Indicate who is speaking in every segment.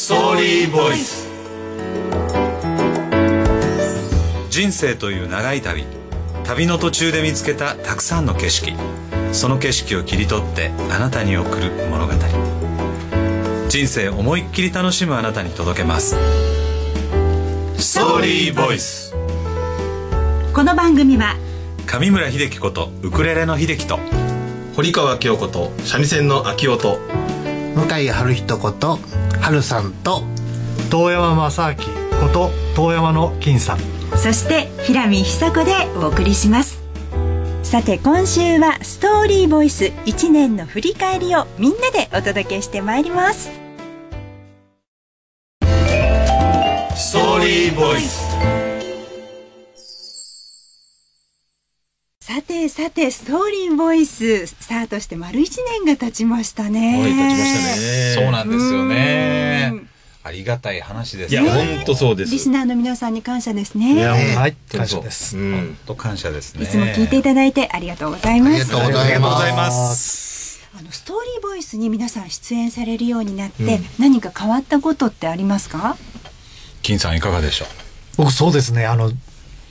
Speaker 1: ーボイス人生という長い旅旅の途中で見つけたたくさんの景色その景色を切り取ってあなたに送る物語人生思いっきり楽しむあなたに届けますストーリーボイス
Speaker 2: この番組は
Speaker 1: 上村秀樹ことウクレレの秀樹と
Speaker 3: 堀川京子と三味線の秋音
Speaker 4: 向井春人こと春さんと
Speaker 5: 遠山正明こと遠山の金さん
Speaker 2: そして平見久子でお送りしますさて今週はストーリーボイス1年の振り返りをみんなでお届けしてまいります
Speaker 1: ストーリーボイス
Speaker 2: さてさてストーリーボイススタートして丸1年が経ちましたね
Speaker 3: はい経ちましたね
Speaker 1: そうなんですよね
Speaker 2: うん
Speaker 1: ありがたい話です
Speaker 3: いや
Speaker 1: ね
Speaker 3: 本当そうで
Speaker 2: リス
Speaker 3: す
Speaker 2: ナーの皆さんに感謝ですね
Speaker 5: はい
Speaker 1: そう
Speaker 5: 感謝です
Speaker 3: う
Speaker 1: 本
Speaker 3: ん
Speaker 1: 当感謝ですね
Speaker 2: いつも聞いていただいてありがとうございます。
Speaker 4: ありがとうございま
Speaker 1: あ
Speaker 4: す
Speaker 1: りがとうございます
Speaker 2: あのストーリーボイスに皆さん出演されるようになって、何か変わったことってありますか？
Speaker 1: 金さんいかがでしょう
Speaker 5: 僕そうですねあの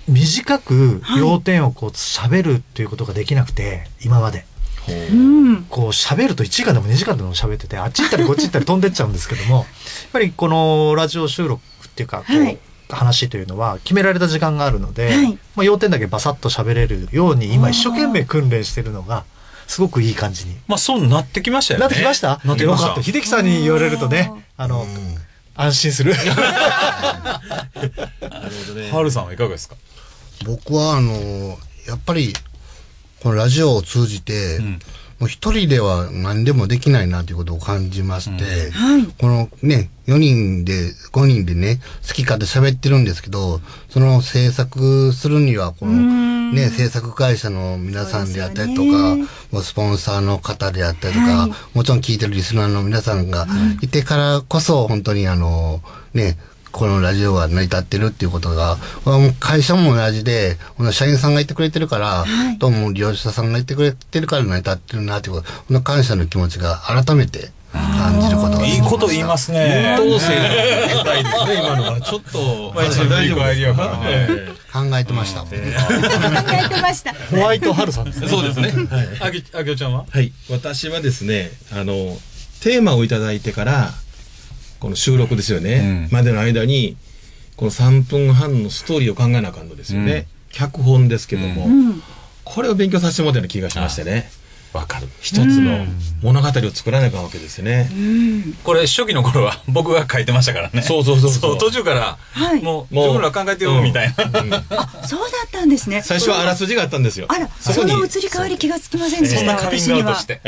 Speaker 5: 短く要点をこう喋るっていうことができなくて、今まで
Speaker 2: うん。
Speaker 5: こう喋ると1時間でも2時間でも喋っててあっち行ったりこっち行ったり飛んでっちゃうんです けどもやっぱりこのラジオ収録っていうかこう、
Speaker 2: はい
Speaker 5: 話というのは決められた時間があるので、
Speaker 2: はい
Speaker 5: まあ、要点だけバサッと喋れるように今一生懸命訓練してるのがすごくいい感じに
Speaker 1: まあそうなってきましたよね
Speaker 5: なってきました
Speaker 1: なってきま
Speaker 5: よかった
Speaker 1: し
Speaker 5: 秀樹さんに言われるとねあの、安心する
Speaker 1: たハルさんはいかがですか
Speaker 4: 僕はあのやっぱりこのラジオを通じて、もう一人では何でもできないなということを感じまして、このね、4人で、5人でね、好き勝手喋ってるんですけど、その制作するには、このね、制作会社の皆さんであったりと
Speaker 2: そうですよ
Speaker 4: か、
Speaker 2: ね
Speaker 4: もうスポンサーの方であったりとか、
Speaker 2: はい
Speaker 4: もちろん聞いてるリスナーの皆さんがいてからこそ、本当にあの、ね、このラジオが成り立ってるっていうことが、これはもう会社も同じで、この社員さんがいてくれてるから、どうも利用者さんがいてくれてるから成り立ってるなっていうこと、この感謝の気持ちが改めて感じることができ
Speaker 1: いい
Speaker 4: ました
Speaker 1: こと言いますね
Speaker 3: どうせないですね今のはちょっと
Speaker 1: まあ一応振
Speaker 3: 大丈夫です
Speaker 1: り返りはからね
Speaker 4: 考えてました。
Speaker 2: 考えてました。
Speaker 5: ホワイトハルさんですね
Speaker 3: そうですね
Speaker 1: あきあきおちゃんは
Speaker 3: はい私はですねあのテーマをいただいてからこの収録ですよね、
Speaker 1: うん
Speaker 3: までの間にこの3分半のストーリーを考えなあかんのですよね、
Speaker 1: うん
Speaker 3: 脚本ですけども、
Speaker 2: うん。
Speaker 3: これを勉強させてもらったような気がしましてね
Speaker 1: わかる
Speaker 3: 一つの物語を作らなあかんわけですよね、
Speaker 1: これ初期の頃は僕が書いてましたからね
Speaker 3: そうそうそうそう
Speaker 1: 途中から、
Speaker 2: はい
Speaker 1: もう
Speaker 3: もう
Speaker 1: 自分ら考えてよみたいな、
Speaker 2: そうだったんですね。
Speaker 3: 最初はあらすじがあったんですよ
Speaker 2: あら、
Speaker 3: そこ
Speaker 2: そ
Speaker 3: に
Speaker 2: の移り変わり気がつきませんでした。
Speaker 1: そんなカミングアウトし
Speaker 2: 私には。
Speaker 1: て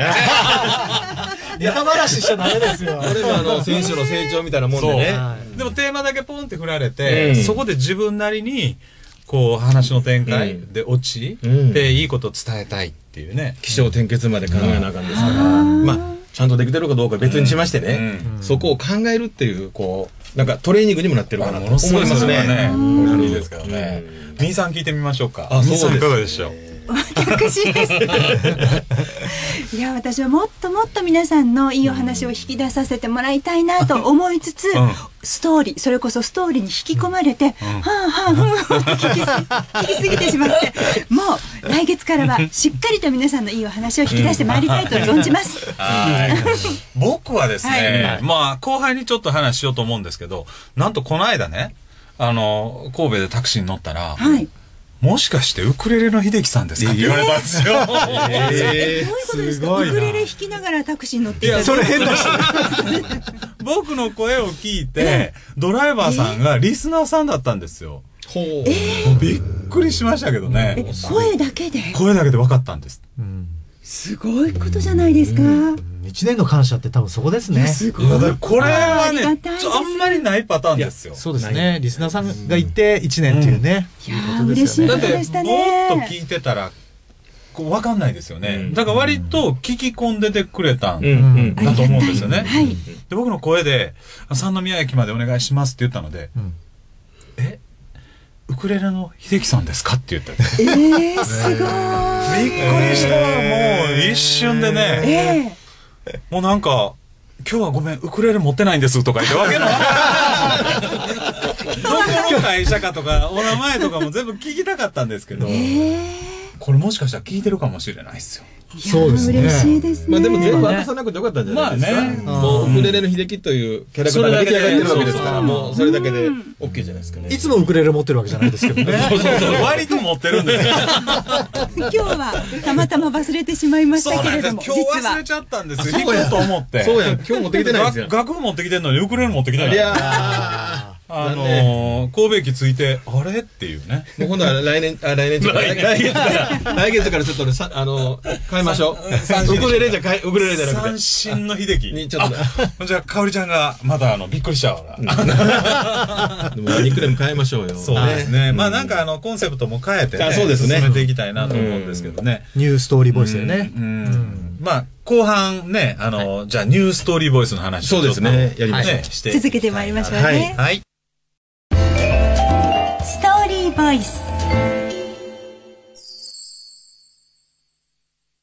Speaker 5: ネタばらししちゃダメですよ。
Speaker 3: これもあの選手の成長みたいなもんでね
Speaker 1: でもテーマだけポンって振られて、
Speaker 3: うん
Speaker 1: そこで自分なりにこう話の展開で落ち、
Speaker 3: うん
Speaker 1: でいいことを伝えたいっていうね、
Speaker 3: 起承転結まで考えなあかんですから、まあちゃんとできてるかどうか別にしましてね、そこを考えるっていうこうなんかトレーニングにもなってるかなと思いますね
Speaker 1: それは
Speaker 3: うん
Speaker 1: いいですからねみーさん聞いてみましょうか
Speaker 3: あ
Speaker 1: みーさ
Speaker 3: そ
Speaker 1: ん
Speaker 3: う
Speaker 1: い
Speaker 3: ですね
Speaker 1: かがでしょう
Speaker 2: 私です。 いや、私はもっともっと皆さんのいいお話を引き出させてもらいたいなと思いつつ、
Speaker 1: ん
Speaker 2: ストーリー、それこそストーリーに引き込まれて、はあはあふんふんって聞きす聞きすぎてしま って、もう来月からはしっかりと皆さんのいいお話を引き出してまいりたいと存じます。
Speaker 1: はい。僕はですね、
Speaker 2: は
Speaker 1: まあ、後輩にちょっと話しようと思うんですけど、なんとこの間ね、あの、神戸でタクシーに乗ったら、
Speaker 2: はい。
Speaker 1: もしかしてウクレレの秀樹さんですかって言われたんですよ。
Speaker 2: えどういうことですか
Speaker 5: すごい
Speaker 2: ウ
Speaker 5: な
Speaker 2: クレレ弾きながらタクシーに乗ってい
Speaker 1: い
Speaker 2: た
Speaker 1: やそれ変だ
Speaker 2: し。
Speaker 1: 僕の声を聞いて、ドライバーさんがリスナーさんだったんですよ。
Speaker 3: ほう
Speaker 1: びっくりしましたけど
Speaker 2: え
Speaker 1: ね。
Speaker 2: 声だけで
Speaker 1: 声だけで分かったんです。
Speaker 2: すごいことじゃないですか。
Speaker 5: 一年の感謝って多分そこですね。
Speaker 2: すごい。
Speaker 1: だからこれはね、
Speaker 2: ありがたいです
Speaker 1: ちょあんまりないパターンですよ。
Speaker 5: そうですね。リスナーさんがいて一年っていうね。
Speaker 2: いやー嬉しい
Speaker 1: だ
Speaker 2: こ
Speaker 1: っ
Speaker 2: と
Speaker 1: て
Speaker 2: でした
Speaker 1: ぼーっと
Speaker 2: ね。
Speaker 1: 聞いてたらこう分かんないですよね、
Speaker 3: うん
Speaker 1: だから割と聞き込んでてくれたん
Speaker 3: うんうん
Speaker 2: ありが
Speaker 1: だと
Speaker 2: たい
Speaker 1: 思うんですよね、
Speaker 2: はい。
Speaker 1: で僕の声で「三宮駅までお願いします」って言ったので「
Speaker 5: うん
Speaker 1: えウクレレの秀樹さんですか?」って言ったんです
Speaker 2: ええー、すご
Speaker 1: びっ
Speaker 2: い。
Speaker 1: くりしたもう一瞬でね、
Speaker 2: ええ
Speaker 1: もうなんか今日はごめん、ウクレレ持ってないんですとか言ってわけのわからん。どこの会社かとか、お名前とかも全部聞きたかったんですけど、これもしかしたら聞いてるかもしれないですよ。
Speaker 5: そうですね
Speaker 2: 嬉しいですね。
Speaker 3: まあでも全部明かさなくてよかったんじゃないですか。
Speaker 1: まあね
Speaker 3: もう、ウクレレの秀樹というキャラクターが出来上がってるわけですから、もうそれだけで OK じゃないですかね。
Speaker 5: いつもウクレレ持ってるわけじゃないですけどね。
Speaker 1: そうそうそう、割と持ってるんですよ。
Speaker 2: 今日はたまたま忘れてしまいまし
Speaker 1: そう
Speaker 2: たけ
Speaker 1: なん
Speaker 2: れ
Speaker 1: です
Speaker 2: ど
Speaker 1: 今
Speaker 2: も、
Speaker 1: 日
Speaker 2: 実は
Speaker 1: 忘れ。ちゃったんですよ。行こうと思って。
Speaker 3: そうやん、今日持ってきてないんですよ。
Speaker 1: 楽譜持ってきてんのにウクレレ持ってきてない
Speaker 3: や
Speaker 1: い。
Speaker 3: ー。
Speaker 1: あのー、神戸駅着いて、あれっていうね。
Speaker 3: もう今度は来年、あ、来年じゃない 来月から、来月からちょっとね、さあの、変えましょう。ウクレレじゃ変え、ウクレレじゃなく
Speaker 1: 三
Speaker 3: て。
Speaker 1: 振の秀樹。
Speaker 3: にちょっとね
Speaker 1: あじゃあ、かおりちゃんが、まだあの、びっくりしちゃうから。
Speaker 3: でもニックネーム変えましょうよ。
Speaker 1: そうですね。まあなん
Speaker 3: か、
Speaker 1: かあの、コンセプトも変えて、
Speaker 3: あそうですね
Speaker 1: 進めていきたいなと思うんですけどね。
Speaker 5: ニューストーリーボイスでね
Speaker 1: う。ん。まあ、後半ね、あの、じゃあニューストーリーボイスの話
Speaker 3: そうですね。やりましょう。
Speaker 1: ね、して。
Speaker 2: 続けてまいりましょうね。
Speaker 3: はい
Speaker 1: はい。
Speaker 2: ストーリーボイス。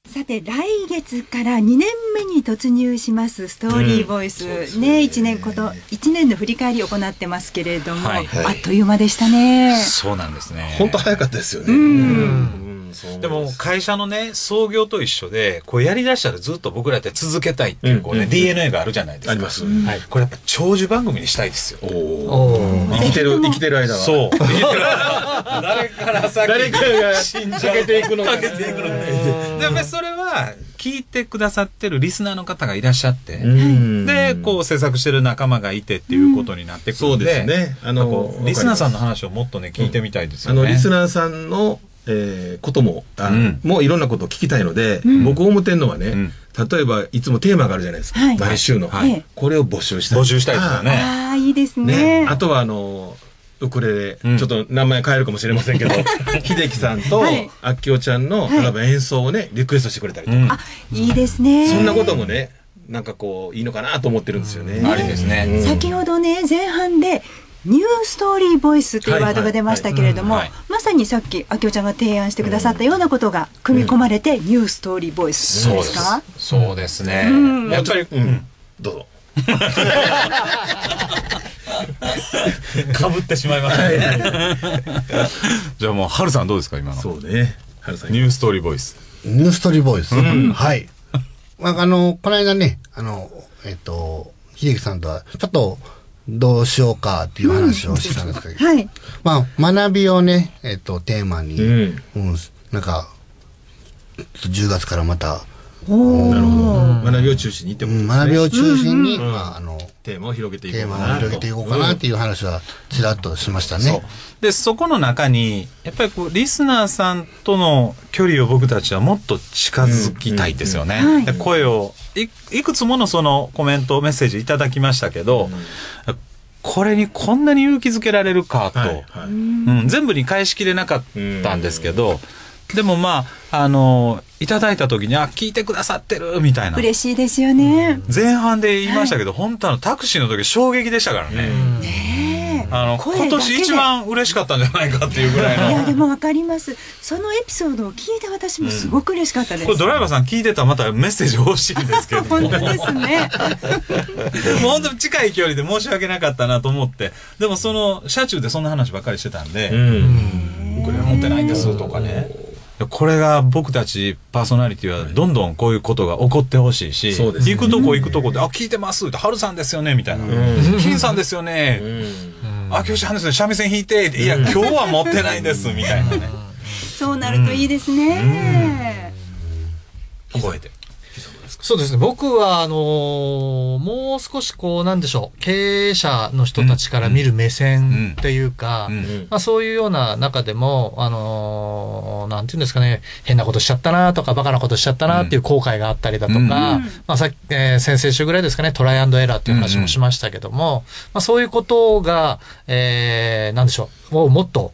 Speaker 2: さて来月から2年目に突入しますストーリーボイス、ね1年こと1年の振り返りを行ってますけれども、
Speaker 1: はい
Speaker 2: あっという間でしたね。
Speaker 1: そうなんですね。
Speaker 3: 本当早かったですよね。うんそう
Speaker 1: でも会社のね創業と一緒でこうやりだしたらずっと僕らって続けたいっていうこうね、
Speaker 3: うん
Speaker 1: DNA があるじゃないですか。
Speaker 3: あります。
Speaker 1: はい、これやっぱ長寿番組にしたいですよ。
Speaker 3: おー
Speaker 5: お
Speaker 3: 生きてる、生きてる間は。
Speaker 1: そう。誰から先
Speaker 3: 誰かが
Speaker 1: 死んじゃう
Speaker 3: かけていくのか。
Speaker 1: かけていくのかでやっぱりそれは聞いてくださってるリスナーの方がいらっしゃって、
Speaker 3: うん
Speaker 1: でこう制作してる仲間がいてっていうことになってくる
Speaker 3: そ
Speaker 1: ん
Speaker 3: う
Speaker 1: で、
Speaker 3: ですね。あ
Speaker 1: なんかこ
Speaker 3: の
Speaker 1: う、リスナーさん
Speaker 3: の、
Speaker 1: の話をもっとね聞いてみたいです
Speaker 3: あ
Speaker 1: よね。
Speaker 3: の、リスナーさんの、えーことも、あ
Speaker 1: うん
Speaker 3: もういろんなことを聞きたいので、僕思ってんのはね、例えばいつもテーマがあるじゃないですか
Speaker 2: はい。
Speaker 3: 毎週の
Speaker 2: はいええ。
Speaker 3: これを募集したい。
Speaker 1: 募集したいですよね。
Speaker 2: ああいいですね
Speaker 3: ね、あとはあのウクレレ、
Speaker 1: ん
Speaker 3: ちょっと名前変えるかもしれませんけど秀樹さんと
Speaker 2: はい
Speaker 3: あっきおちゃんの、
Speaker 2: はい
Speaker 3: 例えば演奏をねリクエストしてくれたりとか、
Speaker 1: うん
Speaker 2: あいいですね。
Speaker 3: そんなこともねなんかこういいのかなと思ってるんですよね。
Speaker 1: ありですね。
Speaker 3: うん
Speaker 2: 先ほどね前半でニューストーリーボイスというワードが出ましたけれども、
Speaker 1: はいはいはい
Speaker 2: まさにさっきあきおちゃんが提案してくださったようなことが組み込まれて、ニューストーリーボイスですか
Speaker 1: そうですね。
Speaker 2: ん
Speaker 1: やっぱり、
Speaker 3: うん、どうぞ。
Speaker 1: かぶってしまいましたね。 じゃあもう、はるさんどうですか、今の。
Speaker 3: そうね。春さん
Speaker 1: ニューストーリーボイス。
Speaker 4: ニューストーリーボイス。はい。まあ、あの、この間ね、あの、えっと、秀樹さんとは、ちょっと、どうしようかっていう話をしてたんですけど、
Speaker 2: はい
Speaker 4: まあ、学びをね、えっと、テーマに、
Speaker 3: うん
Speaker 4: うんなんか、10月からまた、
Speaker 2: おー
Speaker 3: 学びを中心にって
Speaker 4: う
Speaker 3: ことです
Speaker 4: ん
Speaker 3: ね。
Speaker 4: 学びを中心に、まあ、あの、
Speaker 3: テーマを広げていこう
Speaker 4: テー
Speaker 3: か
Speaker 4: マ
Speaker 3: な
Speaker 4: を
Speaker 3: と
Speaker 4: 広げていこうかなっていう話は、ちらっとしましたね。
Speaker 1: で、そこの中に、やっぱりこう、リスナーさんとの距離を僕たちはもっと近づきたいですよね。
Speaker 2: うんうんうん
Speaker 1: で声をい、いくつものそのコメント、メッセージいただきましたけど、これにこんなに勇気づけられるかと。
Speaker 3: はいはい
Speaker 1: うん、全部に返しきれなかったんですけど、でもまあ、あの、いただいた時に、あ、聞いてくださってるみたいな。
Speaker 2: 嬉しいですよね、
Speaker 1: 前半で言いましたけど、本当あの、タクシーの時衝撃でしたからね。
Speaker 2: ねえ
Speaker 1: あの、
Speaker 2: 声だけ
Speaker 1: 今
Speaker 2: で
Speaker 1: 年一番嬉しかったんじゃないかっていうぐらい
Speaker 2: いや
Speaker 1: の。
Speaker 2: でもわかりますそのエピソードを聞いて私もすごく嬉しかったです、。
Speaker 1: これドライバーさん聞いてたらまたメッセージ欲しいんですけど
Speaker 2: 本当ですね
Speaker 1: もう本当に近い距離で申し訳なかったなと思って。でもその、車中でそんな話ばっかりしてたんで、
Speaker 3: うん。
Speaker 1: 僕れ持ってないんですとかね。これが僕たちパーソナリティはどんどんこういうことが起こってほしいし、
Speaker 3: そうですね
Speaker 1: 行くとこ行くとこで、あ、聞いてますって、春さんですよねみたいな。金さんですよね。あ、教師話で三味線弾いて、いや、今日は持ってないんです、みたいなね。
Speaker 2: そうなるといいですね、
Speaker 1: 覚えて。
Speaker 5: そうですね。僕は、あのーもう少しこう、なんでしょう、経営者の人たちから見る目線っていうか、
Speaker 1: うん
Speaker 5: まあ、そういうような中でも、あのーなんていうんですかね、変なことしちゃったなとか、バカなことしちゃったなっていう後悔があったりだとか、
Speaker 1: うん
Speaker 5: まあ、さっき、えー先々週ぐらいですかね、トライアンドエラーっていう話もしましたけども、まあ、そういうことが、えー、なんでしょう、をもっと、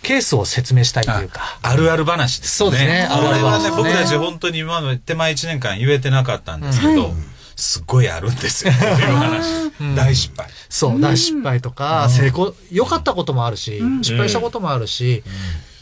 Speaker 5: ケースを説明したいというか。
Speaker 1: あるある話ですね。
Speaker 5: そうですね
Speaker 1: これはね、
Speaker 5: あるある話ですね
Speaker 1: 僕たち本当に今の手前1年間言えてなかったんですけど、すっごいあるんですよ、こういう話。大失敗。
Speaker 5: そう、だから失敗とか、成功、良かったこともあるし、失敗したこともあるし、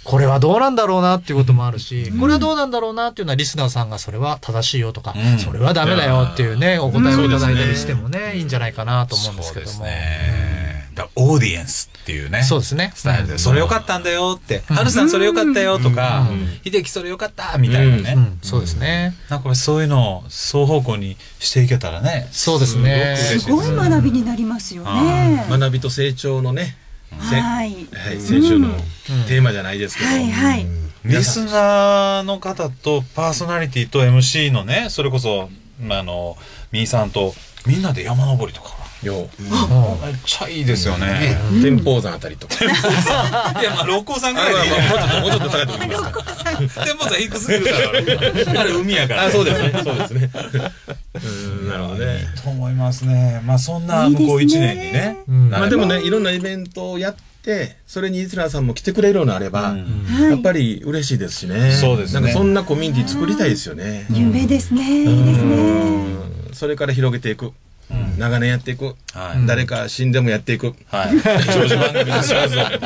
Speaker 5: これはどうなんだろうなっていうこともあるし、これはどうなんだろうなっていうのはリスナーさんがそれは正しいよとか、
Speaker 1: うん
Speaker 5: それはダメだよっていうね、お答えをいただいたりしてもね、いいんじゃないかなと思うんです
Speaker 1: そう
Speaker 5: け
Speaker 1: で
Speaker 5: ど
Speaker 1: す
Speaker 5: も。
Speaker 1: ね。だからオーディエンスっていうね。
Speaker 5: そうですね。
Speaker 1: スタイルで、それ良かったんだよって、ハルさんそれ良かったよとか、秀樹それ良かったみたいなね。
Speaker 5: うん、そうですね。
Speaker 1: なんかこれそういうのを双方向にしていけたらね。
Speaker 5: そうですね。
Speaker 3: す
Speaker 2: すごい学びになりますよね。
Speaker 3: 学びと成長のね、せは、
Speaker 2: はいい。
Speaker 3: 先週のテーマじゃないですけど、
Speaker 2: はいはい。
Speaker 1: リスナーの方とパーソナリティと MC のね、それこそ、まあ、あの、みーさんとみんなで山登りとか。
Speaker 3: よ
Speaker 5: うん
Speaker 1: めっちゃいいですよね。
Speaker 3: う、天保山あたりとか。
Speaker 1: いや、まあ、六甲山ぐ
Speaker 3: あ
Speaker 1: らいでいい
Speaker 3: ま
Speaker 1: ね。
Speaker 3: あまあもうちょっと、もうちょっと高いとこ行きますか。
Speaker 1: でもさ、いくつ来るから。あれ、海やから。
Speaker 3: あ、そうですね。そうですね。うーん、なるほどね。
Speaker 1: と思いますね。まあ、そんな向こう
Speaker 2: いい
Speaker 1: 一
Speaker 2: です
Speaker 1: 年
Speaker 2: ね
Speaker 1: にね。
Speaker 5: うん
Speaker 3: まあでもね、いろんなイベントをやって、それにイスラーさんも来てくれるようになれば、
Speaker 1: うん
Speaker 2: はい
Speaker 3: やっぱり嬉しいですしね。
Speaker 1: そうですね
Speaker 3: なんかそんなコミュニティ作りたいですよね。
Speaker 2: 夢ですね。いいですね。
Speaker 3: うんそれから広げていく。長年やっていく。
Speaker 1: はい
Speaker 3: 誰か死んでもやっていく。
Speaker 1: はい。長寿番組にしますぞ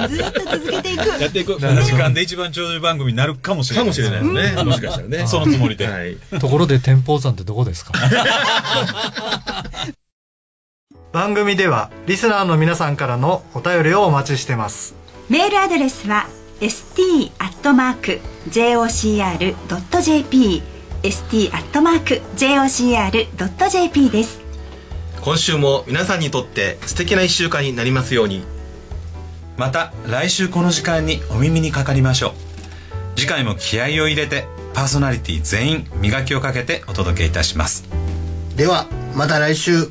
Speaker 2: ずっと続けていく。
Speaker 3: やっていく。
Speaker 1: 7時間で一番長寿番組になるかもしれな
Speaker 3: か
Speaker 1: い。
Speaker 3: もしれないですね。もしかしたらね。
Speaker 1: そのつもりで。
Speaker 3: はい。
Speaker 5: ところで天保山ってどこですか
Speaker 6: 番組ではリスナーの皆さんからのお便りをお待ちしてます
Speaker 2: メールアドレスは st.jocr.jp st.jocr.jp です。
Speaker 3: 今週も皆さんにとって素敵な一週間になりますように。
Speaker 1: また来週この時間にお耳にかかりましょう次回も気合を入れてパーソナリティ全員磨きをかけてお届けいたします
Speaker 4: ではまた来週